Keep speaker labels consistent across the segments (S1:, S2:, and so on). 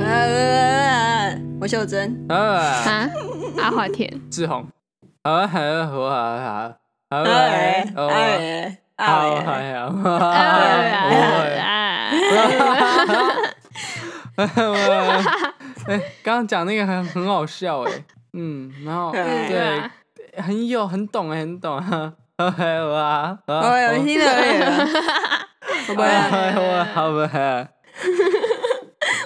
S1: 呃我秀珍，
S2: 啊，
S3: 啊，阿华田，
S2: 志宏，啊，好啊，好啊，好啊，好
S1: 哎
S2: 啊，好啊，
S1: 哎
S2: 好啊，
S1: 哎，
S2: 好
S3: 啊
S2: 啊，哎，刚刚讲那个很很好笑哎，嗯，然后对，很有很懂哎，很懂啊，好啊，好
S1: 我
S2: 啊
S1: 哦有，新的 了，我们
S2: 我好吧。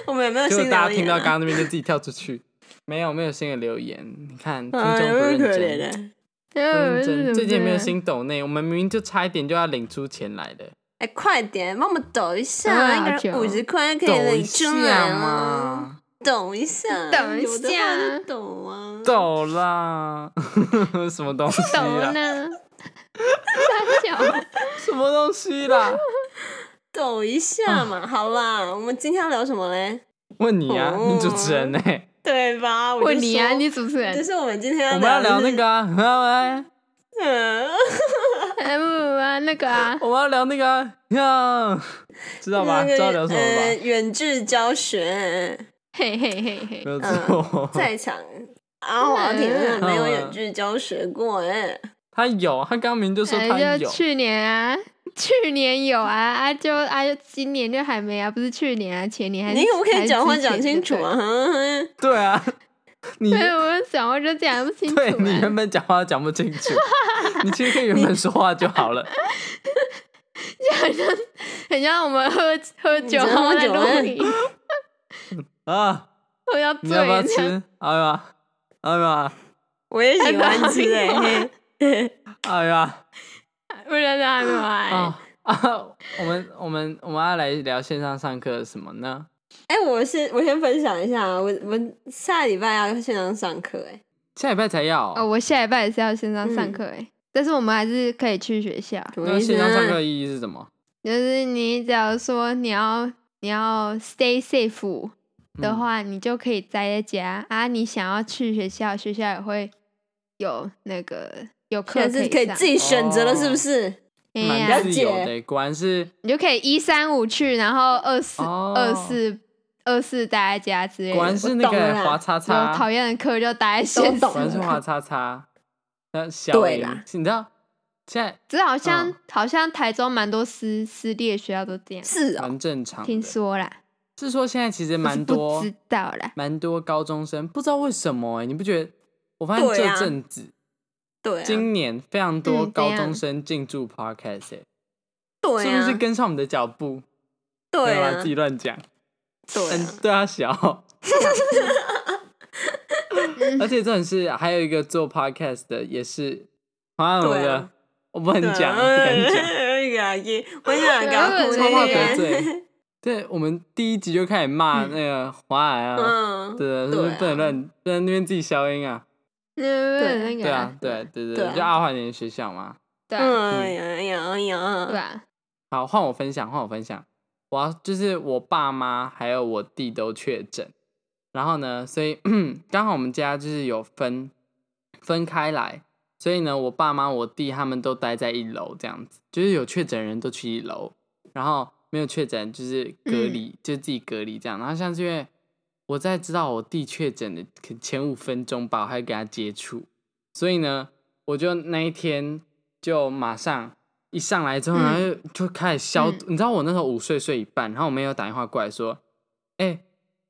S1: 我们有没有
S2: 结果
S1: 新
S2: 大
S1: 的啊
S2: 家听到刚刚那边就自己跳出去，没有没有新的留言，你看听众
S1: 啊，有
S2: 不
S1: 没有
S2: 认
S1: 可怜
S2: 真，
S1: 的？
S2: 不认真，最近没有新抖内，我们明明就差一点就要领出钱来的，
S1: 哎，快点帮我们抖一下，
S3: 啊
S1: 一个人
S3: 好久
S1: 五十块可以
S2: 抖一
S1: 领出来
S2: 下
S1: 了，
S2: 嘛，
S1: 抖一下，
S3: 抖一
S1: 有的
S3: 下
S1: 话就抖啊，
S2: 抖啦， 什么东西
S3: 抖
S2: 啦？
S3: 呢？三角，
S2: 什么东西啦？
S1: 抖一下
S2: 啊
S1: 嘛，好啦，我们今天要聊什么嘞？
S2: 问你啊，
S1: 哦
S2: 你主持人呢？
S1: 对吧？我就
S3: 问你啊，
S1: 说
S3: 你主持
S1: 就
S3: 人，
S1: 是我们今天
S2: 我们要聊
S1: 的
S2: 那
S1: 是
S2: 个啊，啊
S1: 嗯，
S3: 哎不不啊，那个啊，
S2: 我们要聊那个啊啊， 知道吧？
S1: 那个
S2: 知道聊什么
S1: 呃
S2: 吧？
S1: 远距教学
S3: 嘿嘿嘿嘿
S2: 没，有错，
S1: 在场。阿华田
S2: 嗯
S1: 真的没有远距教学过哎，
S2: 他有，他刚明就说他
S3: 哎就
S2: 有。
S3: 去年啊，去年有啊，啊就啊就今年就还没啊，不是去年啊，前年还是
S1: 你可不可
S3: 还
S1: 以
S3: 是
S1: 讲话
S3: 之前
S1: 讲清楚啊？哼
S2: 对啊，你
S3: 对？对，我就讲话就讲不清楚、
S2: 对你原
S3: 啊，
S2: 本讲话讲不清楚，你其实可以原本说话就好了。
S3: 很像我们喝喝酒
S1: 你真的喝
S3: 在
S1: 酒啊
S3: 录音，
S2: 啊，
S3: 喝到
S2: 你要不要
S3: 醉这样，
S2: 吃？哎呀，哎呀，
S1: 我也喜欢吃哎，嘿
S2: 哎呀，
S3: 不然他还没完。
S2: 啊啊！我们我们我们要来聊线上上课什么呢？
S1: 哎，我先我先分享一下，啊我我下礼拜要线上上课哎，
S2: 下礼拜才要
S3: 哦，
S2: 哦。
S3: 我下礼拜也是要线上上
S1: 嗯
S3: 课哎、但是我们还是可以去学校，
S1: 什么
S2: 那
S1: 意思
S2: 线上上课
S1: 呢？
S2: 的意义是什么？
S3: 就是你只要说你要你要 stay safe 的
S2: 嗯
S3: 话，你就可以宅在家啊。你想要去学校，学校也会有那个有课
S1: 现在是可
S3: 以
S1: 以
S3: 上
S1: 自，己选择了，
S2: 哦
S1: 是不是？
S3: 哎
S2: 蛮
S3: 呀，
S2: 自由的，果然是
S3: 你就可以一三五去，然后二四
S2: 哦
S3: 二四二四待在家之类的。
S2: 果然是
S1: 我
S2: 那
S1: 懂了
S2: 个
S1: 啦
S2: 华叉
S3: 有
S2: 叉，
S3: 讨厌的课就待在现
S1: 啊都
S3: 实
S1: 懂
S2: 果然是华叉叉。那小
S1: 对
S2: 林
S1: 啦，
S2: 你知道现在
S3: 只是好像、
S2: 嗯
S3: 好像台中蛮多私私立的学校都这样，
S1: 是哦，
S2: 蛮正常
S3: 听
S2: 的。
S3: 说啦，
S2: 是说现在其实
S3: 我是
S2: 蛮
S3: 不
S2: 多
S3: 知道啦。
S2: 蛮多高中生，不知道为什么哎、你不觉得？我发现
S1: 对啊
S2: 这阵子、
S1: 对啊，
S2: 今年非常多
S3: 嗯
S2: 高
S3: 怎样
S2: 中生进驻 podcast，、哎，
S1: 对
S2: 是不是
S1: 啊，
S2: 跟上我们的脚步？
S1: 对
S2: 没有啦
S1: 啊
S2: 自，己乱讲。
S1: 对啊
S2: 嗯，对 啊，小。而且这种是还有一个做 podcast 的，也是啊，我
S1: 对
S2: 的、
S1: 啊
S2: 我不能
S1: 对啊
S2: 讲，不敢讲，
S1: 哎呀我想搞 哭
S3: 对
S2: 超怕
S3: 我
S2: 得
S3: 也
S2: 罪。 对，我们第一集就开始骂那个华尔啊，
S1: 嗯，
S2: 对，
S1: 对
S2: 不
S1: 啊
S2: 不能乱，不能那边自己消音啊。
S3: 嗯，那个
S2: 对啊，对对对
S1: 对啊
S2: 就阿华田的学校嘛。
S3: 对啊
S1: 嗯哎呀哎呀哎呀，
S3: 对啊，
S2: 好，换我分享，换我分享。我要就是我爸妈还有我弟都确诊，然后呢，所以 刚好我们家就是有分分开来，所以呢，我爸妈、我弟他们都待在一楼这样子，就是有确诊人都去一楼，然后没有确诊就是隔离，就自己隔离这样。然后像是因为我在知道我弟确诊的前五分钟吧，我还跟他接触，所以呢，我就那一天就马上一上来之后，
S3: 嗯
S2: 然后就就开始消毒。
S3: 嗯
S2: 你知道我那时候午睡睡一半，然后我妹又打电话过来说：“哎、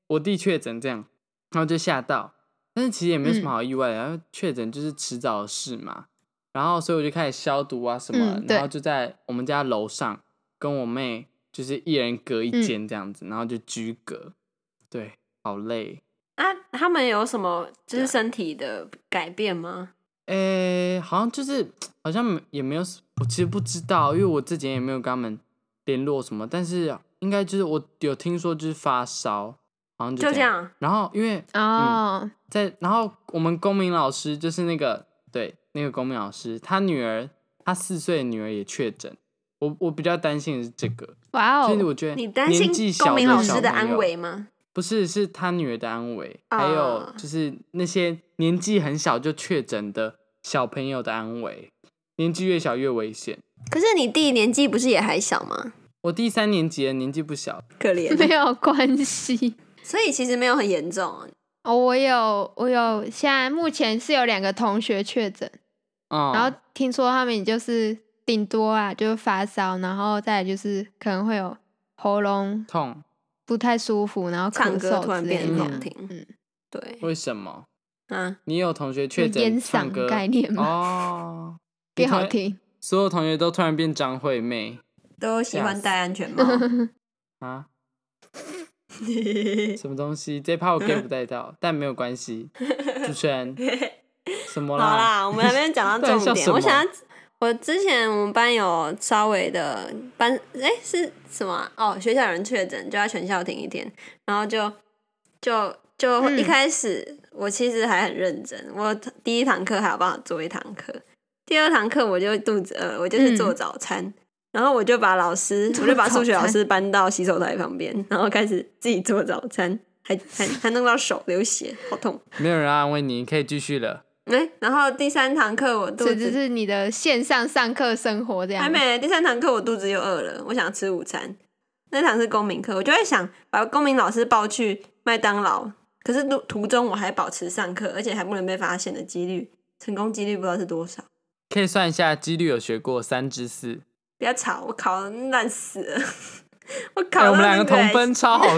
S2: 我弟确诊这样。”然后就吓到，但是其实也没有什么
S3: 嗯
S2: 好意外的，然后确诊就是迟早的事嘛。然后所以我就开始消毒啊什么，
S3: 嗯对
S2: 然后就在我们家楼上跟我妹就是一人隔
S3: 嗯
S2: 一间这样子，然后就居隔，对，好累。
S1: 啊，他们有什么
S2: 啊
S1: 就是身体的改变吗？
S2: 诶、好像就是好像没也没有什，我其实不知道，因为我这几天也没有跟他们联络什么，但是应该就是我有听说就是发烧，好像就
S1: 就这
S2: 这样。
S1: 样，
S2: 然后因为
S3: 哦，
S2: 在，然后我们公民老师就是那个对那个公民老师，他女儿他四岁的女儿也确诊，我我比较担心的是这个，
S3: 哇
S2: 所以
S3: 哦，
S2: 我觉得
S1: 你担心
S2: 年纪小
S1: 公民老
S2: 小
S1: 师的
S2: 朋友
S1: 安危吗？
S2: 不是，是他女儿的安危，
S1: 啊
S2: 还有就是那些年纪很小就确诊的小朋友的安危，年纪越小越危险。
S1: 可是你弟年纪不是也还小吗？
S2: 我第三年级的年纪不小，
S1: 可
S3: 没
S1: 怜，
S3: 有关系，
S1: 所以其实没有很严重啊
S3: 哦，我有我有，现在目前是有两个同学确诊，
S2: 嗯，
S3: 然后听说他们也就是顶多啊，就是发烧，然后再来就是可能会有喉咙
S2: 痛，
S3: 不太舒服，然后咳
S1: 唱歌
S3: 嗽
S1: 突然
S3: 之
S1: 变
S3: 类
S1: 得
S3: 的
S1: 难
S2: 嗯
S1: 听，
S3: 嗯，
S1: 对
S2: 为什么？
S1: 啊，
S2: 你有同学确
S3: 就
S2: 诊
S3: 烟
S2: 唱歌
S3: 嗓概念嘛，
S2: 哦，
S3: 变好
S2: 你同学，
S3: 听。
S2: 所有同学都突然变张惠妹
S1: 都喜
S2: 吓
S1: 欢
S2: 死
S1: 戴安全帽。
S2: 啊，什么东西？这怕我 get 不带到，但没有关系。主持人，什么
S1: 好
S2: 啦？
S1: 啦，我们还没有讲
S2: 到
S1: 到
S2: 底笑
S1: 重
S2: 什
S1: 点。
S2: 么
S1: 我想要，我之前我们班有稍微的班，哎、是什么啊、哦，学校有人确诊，就要全校停一天，然后就就就
S3: 嗯
S1: 一开始、我其实还很认真，我第一堂课还有帮我做一堂课，第二堂课我就肚子饿，我就是做
S3: 嗯
S1: 早餐。然后我就把老师，
S3: 做
S1: 我就把
S3: 早
S1: 数学老
S3: 餐
S1: 师搬到洗手台旁边，然后开始自己做早餐，还还还弄到手流血，好痛。
S2: 没有人安慰你，你可以继续了。
S1: 哎、然后第三堂课我肚
S3: 这
S1: 子
S3: 只是你的线上上课生活这样。
S1: 还没，第三堂课我肚子又饿了，我想吃午餐。那堂是公民课，我就在想把公民老师抱去麦当劳，可是途途中我还保持上课，而且还不能被发现的几率，成功几率不知道是多少。
S2: 可以算一下几率，有学过三至四。
S1: 不要吵，我考得烂死了，我考到、
S2: 哎，
S1: 那
S2: 我们两个同
S1: 欸
S2: 分，超好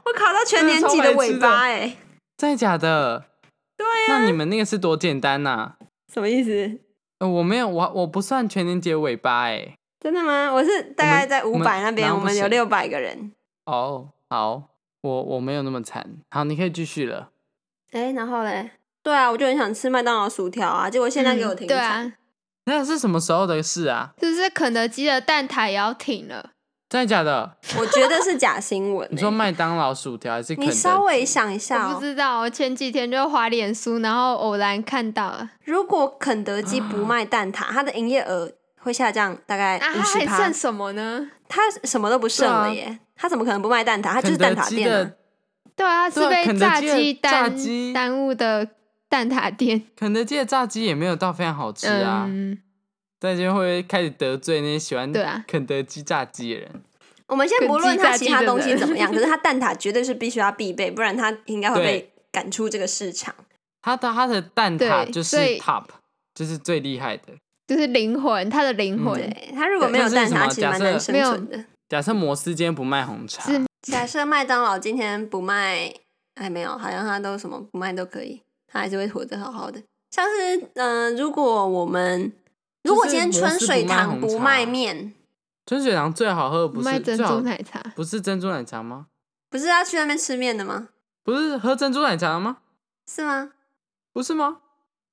S1: ，我考到全年级尾巴哎、
S2: 真的假 的？对
S1: 啊
S2: 呀、那你们那个是多简单呐、
S1: 什么意思？
S2: 呃，我没有，我我不算全年节尾巴哎。
S1: 真的吗？我是大概在
S2: 我
S1: 五
S2: 们
S1: 百那边，
S2: 我
S1: 我
S2: 们
S1: 们有
S2: 哪有
S1: 六百个人。
S2: 哦，好，我我没有那么惨。好，你可以继续了。
S1: 哎、然后嘞？对啊，我就很想吃麦当劳薯条啊，结果现在给我停
S3: 嗯对
S1: 产。
S3: 啊，
S2: 那是什么时候的事啊？
S3: 就是肯德基的蛋挞也要停了。
S2: 真的假的？
S1: 我觉得是假新闻、欸。
S2: 你说麦当劳薯条还是肯
S1: 你
S2: 德基？
S1: 稍微想一下、
S3: 我
S1: 哦
S3: 不，知道，我前几天就滑脸书，然后偶然看到了，
S1: 如果肯德基不卖蛋挞，它的营业额会下降大概
S3: 啊，
S1: 五
S3: 它
S1: 十
S3: 还
S1: 趴
S3: 剩。什么呢？
S1: 它什么都不剩了
S2: 对
S1: 耶，它怎么可能不卖蛋挞？它就是蛋
S2: 肯德
S1: 挞
S2: 基
S1: 店、啊
S2: 的。
S3: 对啊，
S2: 对
S3: 是
S2: 啊
S3: 被
S2: 肯德
S3: 炸
S2: 基的
S3: 鸡
S2: 炸
S3: 耽
S2: 鸡
S3: 耽误的蛋挞店。
S2: 肯德基的炸鸡也没有到非常好吃啊，
S3: 嗯，
S2: 但就会开始得罪那些喜欢
S3: 对啊
S2: 肯德基炸鸡的人。
S1: 我们先不论它其他东西怎么样，
S3: 肯
S1: 可是它蛋挞绝对是必须要必备，不然它应该会被赶出这个市场。
S2: 他的他的蛋挞
S3: 对
S2: 就是
S3: 所以
S2: top，就是最厉害的。
S3: 就是灵魂，它的灵魂、
S1: 对，它如果没有
S2: 对
S1: 蛋挞，
S2: 像
S1: 它其实蛮
S2: 是什么假
S1: 难
S2: 设
S1: 生存的。
S2: 假设摩斯今天不卖红茶，
S3: 是
S1: 假设麦当劳今天不卖，哎，没有，好像它都什么不卖都可以，它还是会活得好好的。像是，嗯、如果我们如果今天春水堂不卖面，
S2: 春水堂最好喝的不是
S3: 卖珍
S2: 最好
S3: 珠奶茶。
S2: 不是珍珠奶茶吗？
S1: 不是要去那边吃面的吗？
S2: 不是喝珍珠奶茶吗？
S1: 是吗？
S2: 不是吗？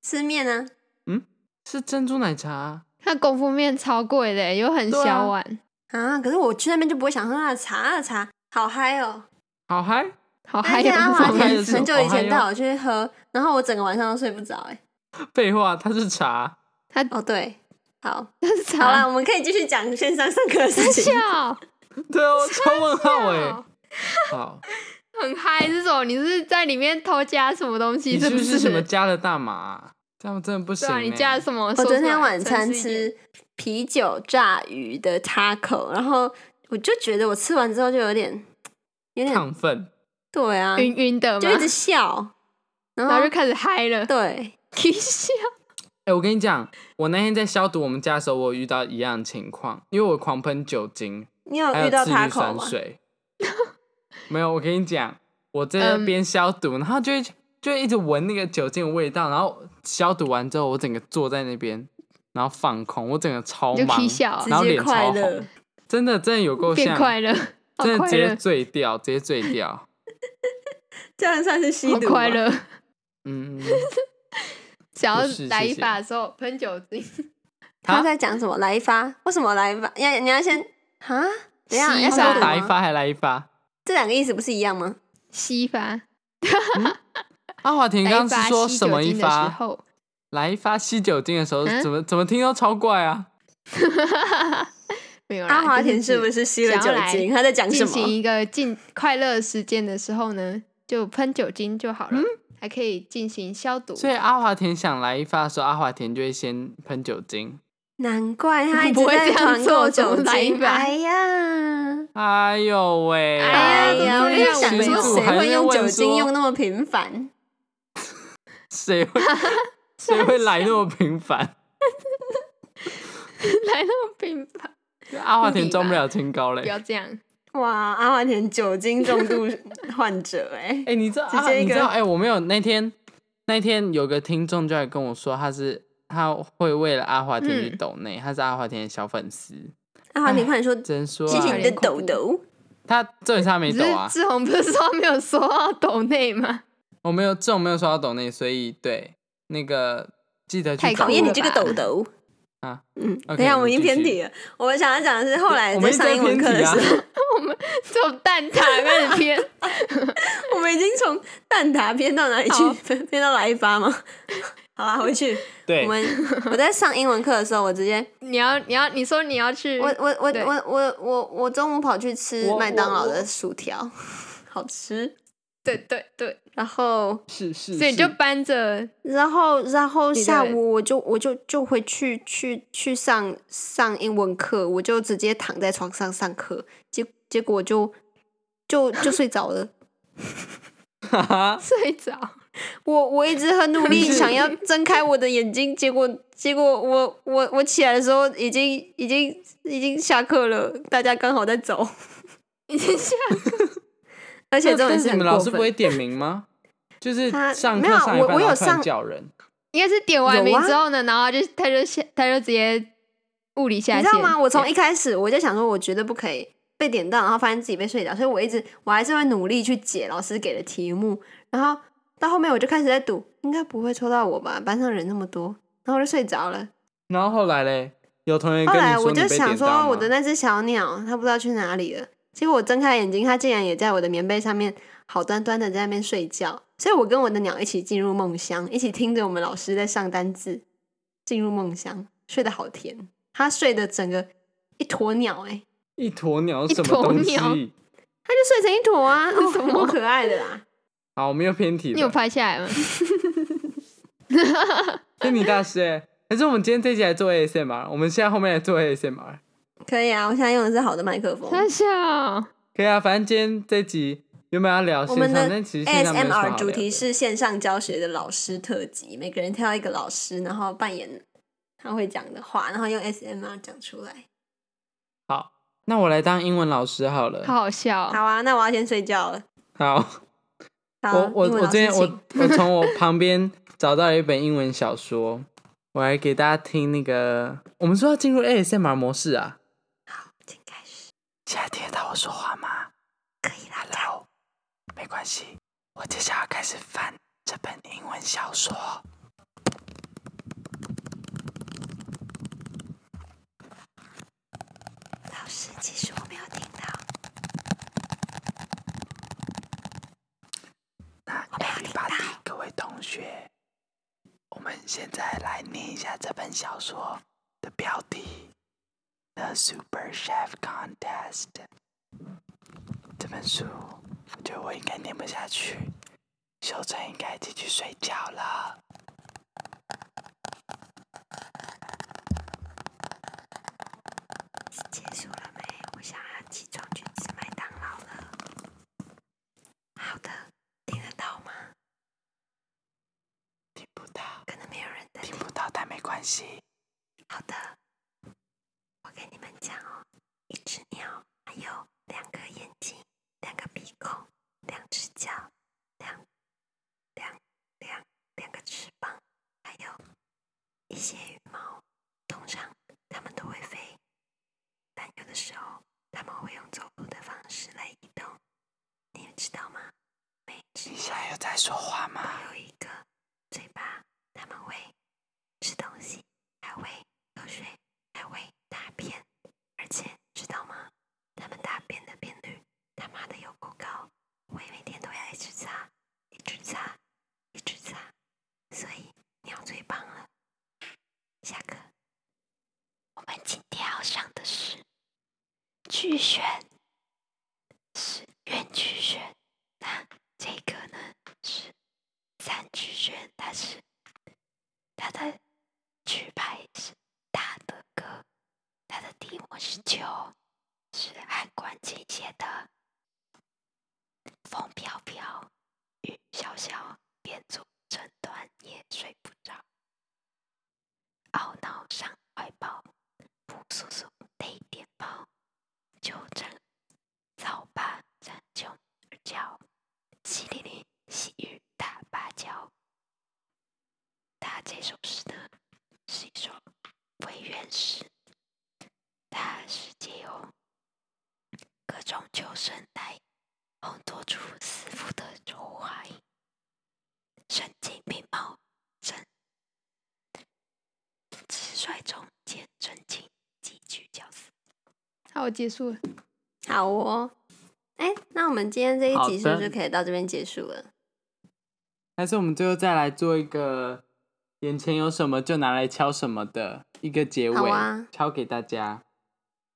S1: 吃面啊呢、
S2: 是珍珠奶茶啊、
S3: 它功夫面超贵的，又很
S2: 对啊
S3: 小碗，
S1: 啊？可是我去那边就不会想喝那的茶，那的茶好嗨哦！
S2: 好哦嗨！
S3: 好
S1: 那
S3: 还有
S1: 天 阿华
S2: 好嗨
S1: 田
S2: 的时候
S1: 很久以
S2: 好嗨哦
S1: 前
S2: 哟
S1: 带我去喝，然后我整个晚上都睡不着哎、
S2: 废话，它是茶。
S1: 哦，对，好，
S3: 但是
S1: 好啦，
S3: 茶
S1: 我们可以继续讲线上上课的事 情。
S3: 笑，
S2: 对啊，我超问号哎、
S3: 笑
S2: 好，
S3: 很嗨是什么？你是在里面偷加什么东西？
S2: 你是
S3: 不
S2: 不
S3: 是
S2: 是什么加了大麻、啊？这样真的不
S3: 对
S2: 行、
S3: 啊，
S2: 欸。
S3: 你加了什么？
S1: 我
S3: 说
S1: 昨
S3: 出来
S1: 天晚餐，
S3: 诚实一点
S1: 吃啤酒炸鱼的 taco，然后我就觉得我吃完之后就有点有点
S2: 亢奋，
S1: 对啊，
S3: 晕晕的嘛
S1: 就，一直笑，然
S3: 然后
S1: 后
S3: 就开始嗨了，
S1: 对，
S3: 一笑。
S2: 哎、我跟你讲，我那天在消毒我们家的时候，我有遇到一样的情况，因为我狂喷酒精，
S1: 你有
S2: 还
S1: 遇
S2: 有
S1: 到
S2: 次氯
S1: taco
S2: 酸
S1: 吗？
S2: 水。没有，我跟你讲，我在那边消毒，然后就会就会一直闻那个酒精的味道，然后消毒完之后，我整个坐在那边，然后放空，我整个超
S3: 你就
S2: 忙
S3: K 笑啊，
S2: 然后
S1: 直接
S2: 脸
S1: 快
S2: 超
S1: 乐
S2: 红，真的真的有够
S3: 变
S2: 像，
S3: 快乐，好
S2: 真的
S3: 快
S2: 直接
S3: 乐，
S2: 醉掉，直接醉掉，
S1: 这样算是吸
S3: 好
S1: 毒
S3: 快
S1: 吗
S3: 乐。
S2: 嗯，
S3: 想
S2: 不是
S3: 要来
S2: 谢
S3: 一
S2: 谢
S3: 把的时候喷酒精，
S1: 他
S2: 啊
S1: 在讲什么？来一发？为什么来一发？你要你要先啊？等一下
S3: 吸
S1: 要
S2: 他说
S1: 消毒
S2: 打一
S1: 吗？
S2: 发还嗯来一发，
S1: 这两个意思不是一样吗？
S3: 吸 发，
S2: 阿华田
S3: 来
S2: 刚
S3: 一
S2: 刚
S3: 把
S2: 是说
S3: 吸
S2: 什
S3: 酒
S2: 么一
S3: 精的时
S2: 发？
S3: 候，
S2: 来一发吸酒精的时候，
S3: 嗯
S2: 怎么怎么听都超怪啊！
S3: 没有啦。
S1: 阿华田是
S3: 啊就是
S1: 不是吸了
S3: 想
S1: 酒
S3: 要来
S1: 精？他在讲什
S3: 进行
S1: 么？
S3: 一个进快乐时间的时候呢，就喷酒精就好了，还可以进行消毒。
S2: 嗯所以阿华田想来一发的时候，阿华田就会先喷酒精。
S1: 难怪他一
S3: 不
S1: 直
S3: 会
S1: 在
S3: 这样
S1: 团
S3: 做
S1: 购
S3: 怎么
S1: 酒
S3: 来一
S1: 精。
S3: 把
S1: 哎呀，
S2: 哎呦喂！
S3: 哎呀
S1: 我
S3: 怎么会
S1: 就
S3: 让
S1: 想
S2: 群
S1: 说
S2: 主
S1: 谁
S2: 还
S1: 会
S2: 在
S1: 用
S2: 问
S1: 酒精
S2: 说
S1: 用那么频繁？
S2: 谁 会谁会来那么频繁？
S3: 来那么频繁，
S2: 阿华田
S3: 你
S2: 装不
S3: 吧
S2: 了清高嘞
S3: 不。要这样。
S1: 哇，阿华田酒精重度患者哎、
S2: 哎、你知道
S1: 直
S2: 啊？
S1: 接一
S2: 你知
S1: 个
S2: 道？哎、我没有那天那天有个听众就来跟我说，他是他会为了阿华田去
S3: 嗯
S2: 抖内，他是阿华田的小粉丝。
S1: 阿华田，快点说，
S2: 真说、
S1: 谢谢
S2: 哎啊
S1: 你
S3: 有
S1: 的
S3: 点
S1: 抖
S3: 恐怖
S1: 抖。
S2: 他这里他没
S3: 只
S2: 抖
S3: 是
S2: 啊，
S3: 志宏不是说他没有说到抖内吗？
S2: 我没有这种没有说到抖内，所以对那个记得去
S3: 太
S2: 找
S1: 讨
S2: 我。
S1: 厌你
S3: 了
S1: 这个
S3: 吧
S1: 抖抖
S2: 啊！
S1: 嗯，
S2: OK，
S1: 等一下，我们已
S2: 你
S1: 经
S2: 继
S1: 偏
S2: 续
S1: 题了。我们想要讲的是，后来
S2: 我们
S1: 在
S2: 一
S1: 上英
S2: 直在
S1: 文
S2: 偏
S1: 课的
S2: 题啊
S1: 时候，
S3: 做蛋挞开始偏，
S1: 我们已经从蛋挞偏到哪里
S3: 好
S1: 去？ 偏到来一发吗？ 好啦，回去。
S2: 对
S1: 我，们我在上英文课的时候，我直接
S3: 你要你要你说你要去，
S1: 我我我
S3: 对
S1: 我我我我中午跑去吃
S2: 嗯我
S1: 麦当劳
S2: 我
S1: 的薯条， 好吃。
S3: 对对对，
S1: 然后
S2: 是是，
S3: 所以 你就是搬着
S1: 然后，然后
S3: 你
S1: 下
S3: 的
S1: 午我就我就就回去去去上上英文课，我就直接躺在床上上课，结结果就就就睡着了。
S2: 哈哈
S3: 睡 着，
S1: 我我一直很努力
S2: 是
S1: 想要睁开我的眼睛，结果结果我我我起来的时候已经已经已经下课了，大家刚好在走，
S3: 已经下
S1: 而且这
S2: 那
S1: 种
S2: 但
S1: 是
S2: 是
S1: 很
S2: 你们老
S1: 过
S2: 师不会
S1: 分。
S2: 点名吗？就是
S1: 他
S2: 上
S1: 没
S2: 课
S1: 有
S2: 上一
S1: 我
S2: 半
S1: 我
S2: 然后
S1: 有
S2: 突然
S1: 上
S2: 叫人，
S3: 应该是点完名
S1: 有啊
S3: 之后呢，然后就他就下他就直接物理下
S1: 你
S3: 线，
S1: 知道吗？我从
S3: 对
S1: 一开始我就想说，我绝对不可以被点到，然后发现自己被睡着，所以我一直我还是会努力去解老师给的题目。然后到后面我就开始在赌，应该不会抽到我吧？班上人那么多，然后我就睡着了。
S2: 然后后来嘞，有同学
S1: 后
S2: 跟你
S1: 来
S2: 说
S1: 我
S2: 你
S1: 就
S2: 被
S1: 想
S2: 点
S1: 说，
S2: 到吗
S1: 我的那只小鸟它不知道去哪里了。结果我睁开眼睛，它竟然也在我的棉被上面好端端的在那边睡觉。所以我跟我的鸟一起进入梦乡，一起听着我们老师在上单字，进入梦乡，睡得好甜。它睡的整个一坨鸟、欸，哎，
S2: 一坨鸟是
S3: 一
S2: 什么
S3: 坨
S2: 东
S3: 鸟
S2: 西？
S1: 它就睡成一坨 啊，哦，
S3: 什么
S1: 好可爱的啦！
S2: 好，我们又偏题
S3: 你有
S2: 了，
S3: 拍下来吗？
S2: 偏题大师哎。还是我们今天这集来做 ASMR，我们现在后面来做 ASMR。
S1: 可以啊，我现在用的是好的麦克风。
S3: 他笑，
S2: 可以啊，反正今天这集原本要聊
S1: 我
S2: 线
S1: 们
S2: 上，
S1: 的
S2: 但其实线上没有什么好
S1: ASMR 主
S2: 聊
S1: 题
S2: 的
S1: 是线上教学的老师特辑，每个人挑一个老师，然后扮演他会讲的话，然后用 ASMR 讲出来。
S2: 好，那我来当英文老师好了。
S3: 好好笑哦，
S1: 好啊，那我要先睡觉了。
S2: 好，
S1: 好，
S2: 我我
S1: 英文
S2: 我
S1: 老
S2: 今天
S1: 师
S2: 我我从我旁边找到了一本英文小说，我来给大家听那个。我们说要进入 ASMR 模式啊，
S1: 请开始，
S2: 现在听得到我说话吗？
S1: 可以啦。
S2: Hello，没关系，我接下来开始翻这本英文小说。
S1: 老师，其实我没有听到，
S2: 那 everybody，各位同学，我们现在来念一下这本小说的标题《The Super Chef Contest》。这本书，我觉得我应该念不下去，秀珍应该继续睡觉了。
S1: 结束了没？我想要起床去吃麦当劳了。好的，听得到吗？
S2: 听不到，
S1: 可能没有人在
S2: 听
S1: 听。
S2: 不到，但没关系。
S1: 好的，我跟你们讲哦，一只鸟，它有两个眼睛，两个鼻孔，两只脚，两两两两个翅膀，还有一些羽毛。通常它们都会飞，但有的时候它们会用走路的方式来移动。你知道吗？每只
S2: 你现在有在说话吗？
S1: 有一个嘴巴，他们会吃东西，还会喝水，还会大便，而且知道吗？他们大便的频率他妈的有够高，我也每天都要一直擦，一直擦，一直擦，所以鸟最棒了。下课，我们今天要上的是巨选，是远巨选，那这个呢是。三巨选，它是它的曲牌是大的歌，它的题目是球，
S3: 是韩冠清写的《风飘飘，雨潇潇，连坐成团也睡不着，懊恼上怀抱，朴素素泪点包，纠正早八站九而角，七零零细雨打芭蕉。他这首诗呢，是一首为原诗，它是借由哦各种求生来烘托出思妇的愁怀，神经并茂盛，直率中见真情，极具角色。好，我结束了。
S1: 好哦，哎，那我们今天这一
S2: 好
S1: 集是不是
S2: 的
S1: 可以到这边结束了？
S2: 还是我们最后再来做一个眼前有什么就拿来敲什么的一个结
S1: 好
S2: 尾，
S1: 啊
S2: 敲给大家。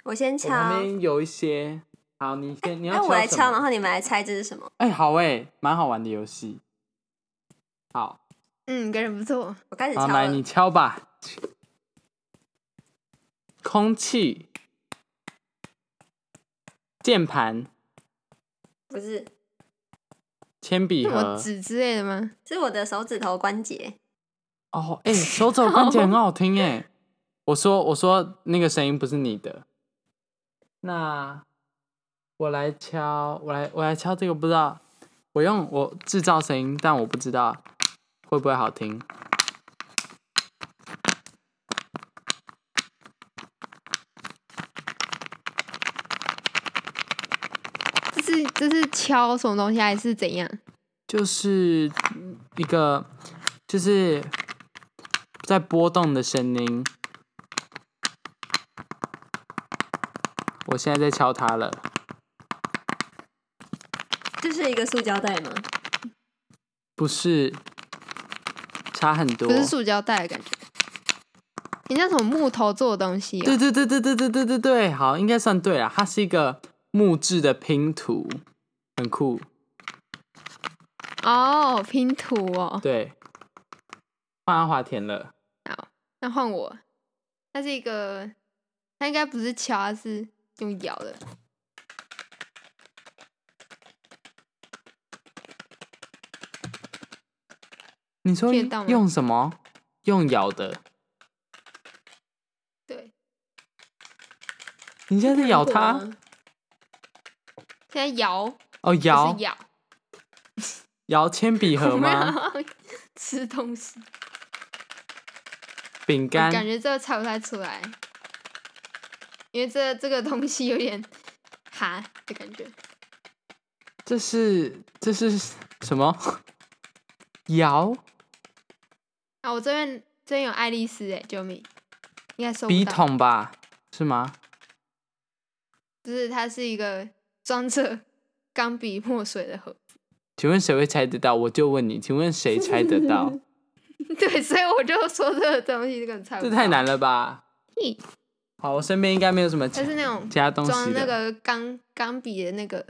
S1: 我先
S2: 我
S1: 敲，
S2: 旁
S1: 哎、
S2: 边有一些，好，你先，你要
S1: 我来
S2: 什
S1: 敲，
S2: 么
S1: 然后你们来猜这是什么。
S2: 哎、好哎、蛮好玩的游戏。好，
S3: 嗯，感觉不错。
S1: 我开始敲
S2: 好，
S1: 了
S2: 来，你敲吧。空气，键盘，
S1: 不是，
S2: 铅笔
S3: 什
S2: 盒
S3: 么。纸之类的吗？
S1: 是我的手指头关节。
S2: 哦，哎、手肘关节很好听哎。我说，我说那个声音不是你的。那我来敲，我来，我来敲这个，不知道。我用我制造声音，但我不知道会不会好听。
S3: 这是这是敲什么东西还是怎样？
S2: 就是一个就是在波动的声音。我现在在敲它了，
S1: 这是一个塑胶袋吗？
S2: 不是差很多
S3: 不。是塑胶袋的感觉，你像什么木头做的东西、
S2: 对
S3: 哦？
S2: 对对对对对对对对，好，应该算对了。它是一个木质的拼图，很酷。
S3: 哦，拼图哦。
S2: 对，换阿华田了，
S3: 那换我，它是一个，它应该不是敲，它是用咬的。
S2: 你说
S3: 听得到吗
S2: 用什么？用咬的？
S3: 对，
S2: 你现在在咬
S1: 苹果
S2: 它？
S1: 吗
S3: 现在摇，
S2: 哦，
S3: 不
S2: 摇
S3: 是咬，
S2: 摇铅笔盒
S3: 我没
S2: 吗？
S3: 有 吃东西，
S2: 饼
S3: 我感
S2: 干，
S3: 觉这个猜不太出来，因为这这个东西有点哈的感觉。
S2: 这是这是什么？摇
S3: 啊，我这边这边有爱丽丝哎，救命！应该收不
S2: 笔
S3: 到。
S2: 筒吧？是吗？
S3: 不是，它是一个装着钢笔墨水的盒。
S2: 请问谁会猜得到？我就问你，请问谁猜得到？
S3: 对，所以我就说这个东西这个猜不
S2: 这
S3: 到。
S2: 太难了吧
S3: 嘿！
S2: 好，我身边应该没有什么
S3: 它
S2: 其
S3: 是那种
S2: 其他东西
S3: 装那
S2: 的。
S3: 个钢钢笔的那个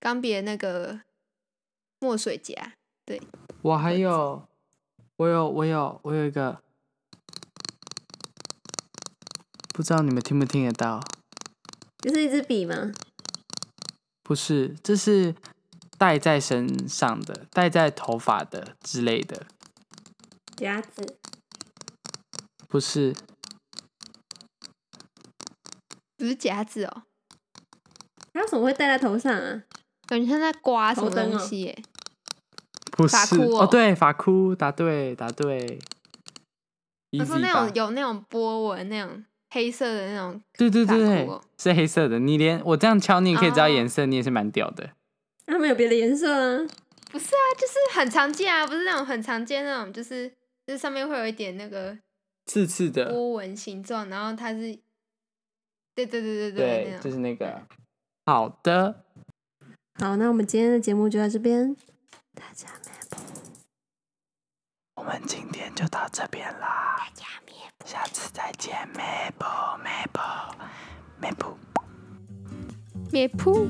S3: 钢笔的那个墨水夹。
S2: 我还有，我有，我有，我有一个，不知道你们听不听得到？
S1: 这是一支笔吗？
S2: 不是，这是戴在身上的，戴在头发的之类的，
S1: 夹子。
S2: 不是。
S3: 不是夹子哦，
S1: 它为什么会戴在头上啊？
S3: 感觉像在刮什么
S1: 头灯
S3: 东
S2: 啊
S1: 哦
S3: 西耶。
S2: 不
S3: 法
S2: 是
S3: 箍哦
S2: 对，法箍，答对，答对。
S3: 我说那
S2: Easy 吧
S3: 种有那种波纹，那种黑色的那种，
S2: 对对对
S3: 法
S2: 对
S3: 箍哦，
S2: 是黑色的。你连我这样敲，你也可以知道
S3: 哦
S2: 颜色，你也是蛮屌的。
S1: 它没有别的颜色啊。
S3: 不是啊，就是很常见啊，不是那种很常见那种，就是就是上面会有一点那个
S2: 刺刺的，
S3: 波纹形状，然后它是，对对对对
S2: 对
S3: 那，
S2: 就
S3: 种
S2: 是那个。好的，
S1: 好，那我们今天的节目就到这边，大家
S2: 我们今天就到这边啦，大家下次再见，Maple Maple Maple。
S3: 灭扑。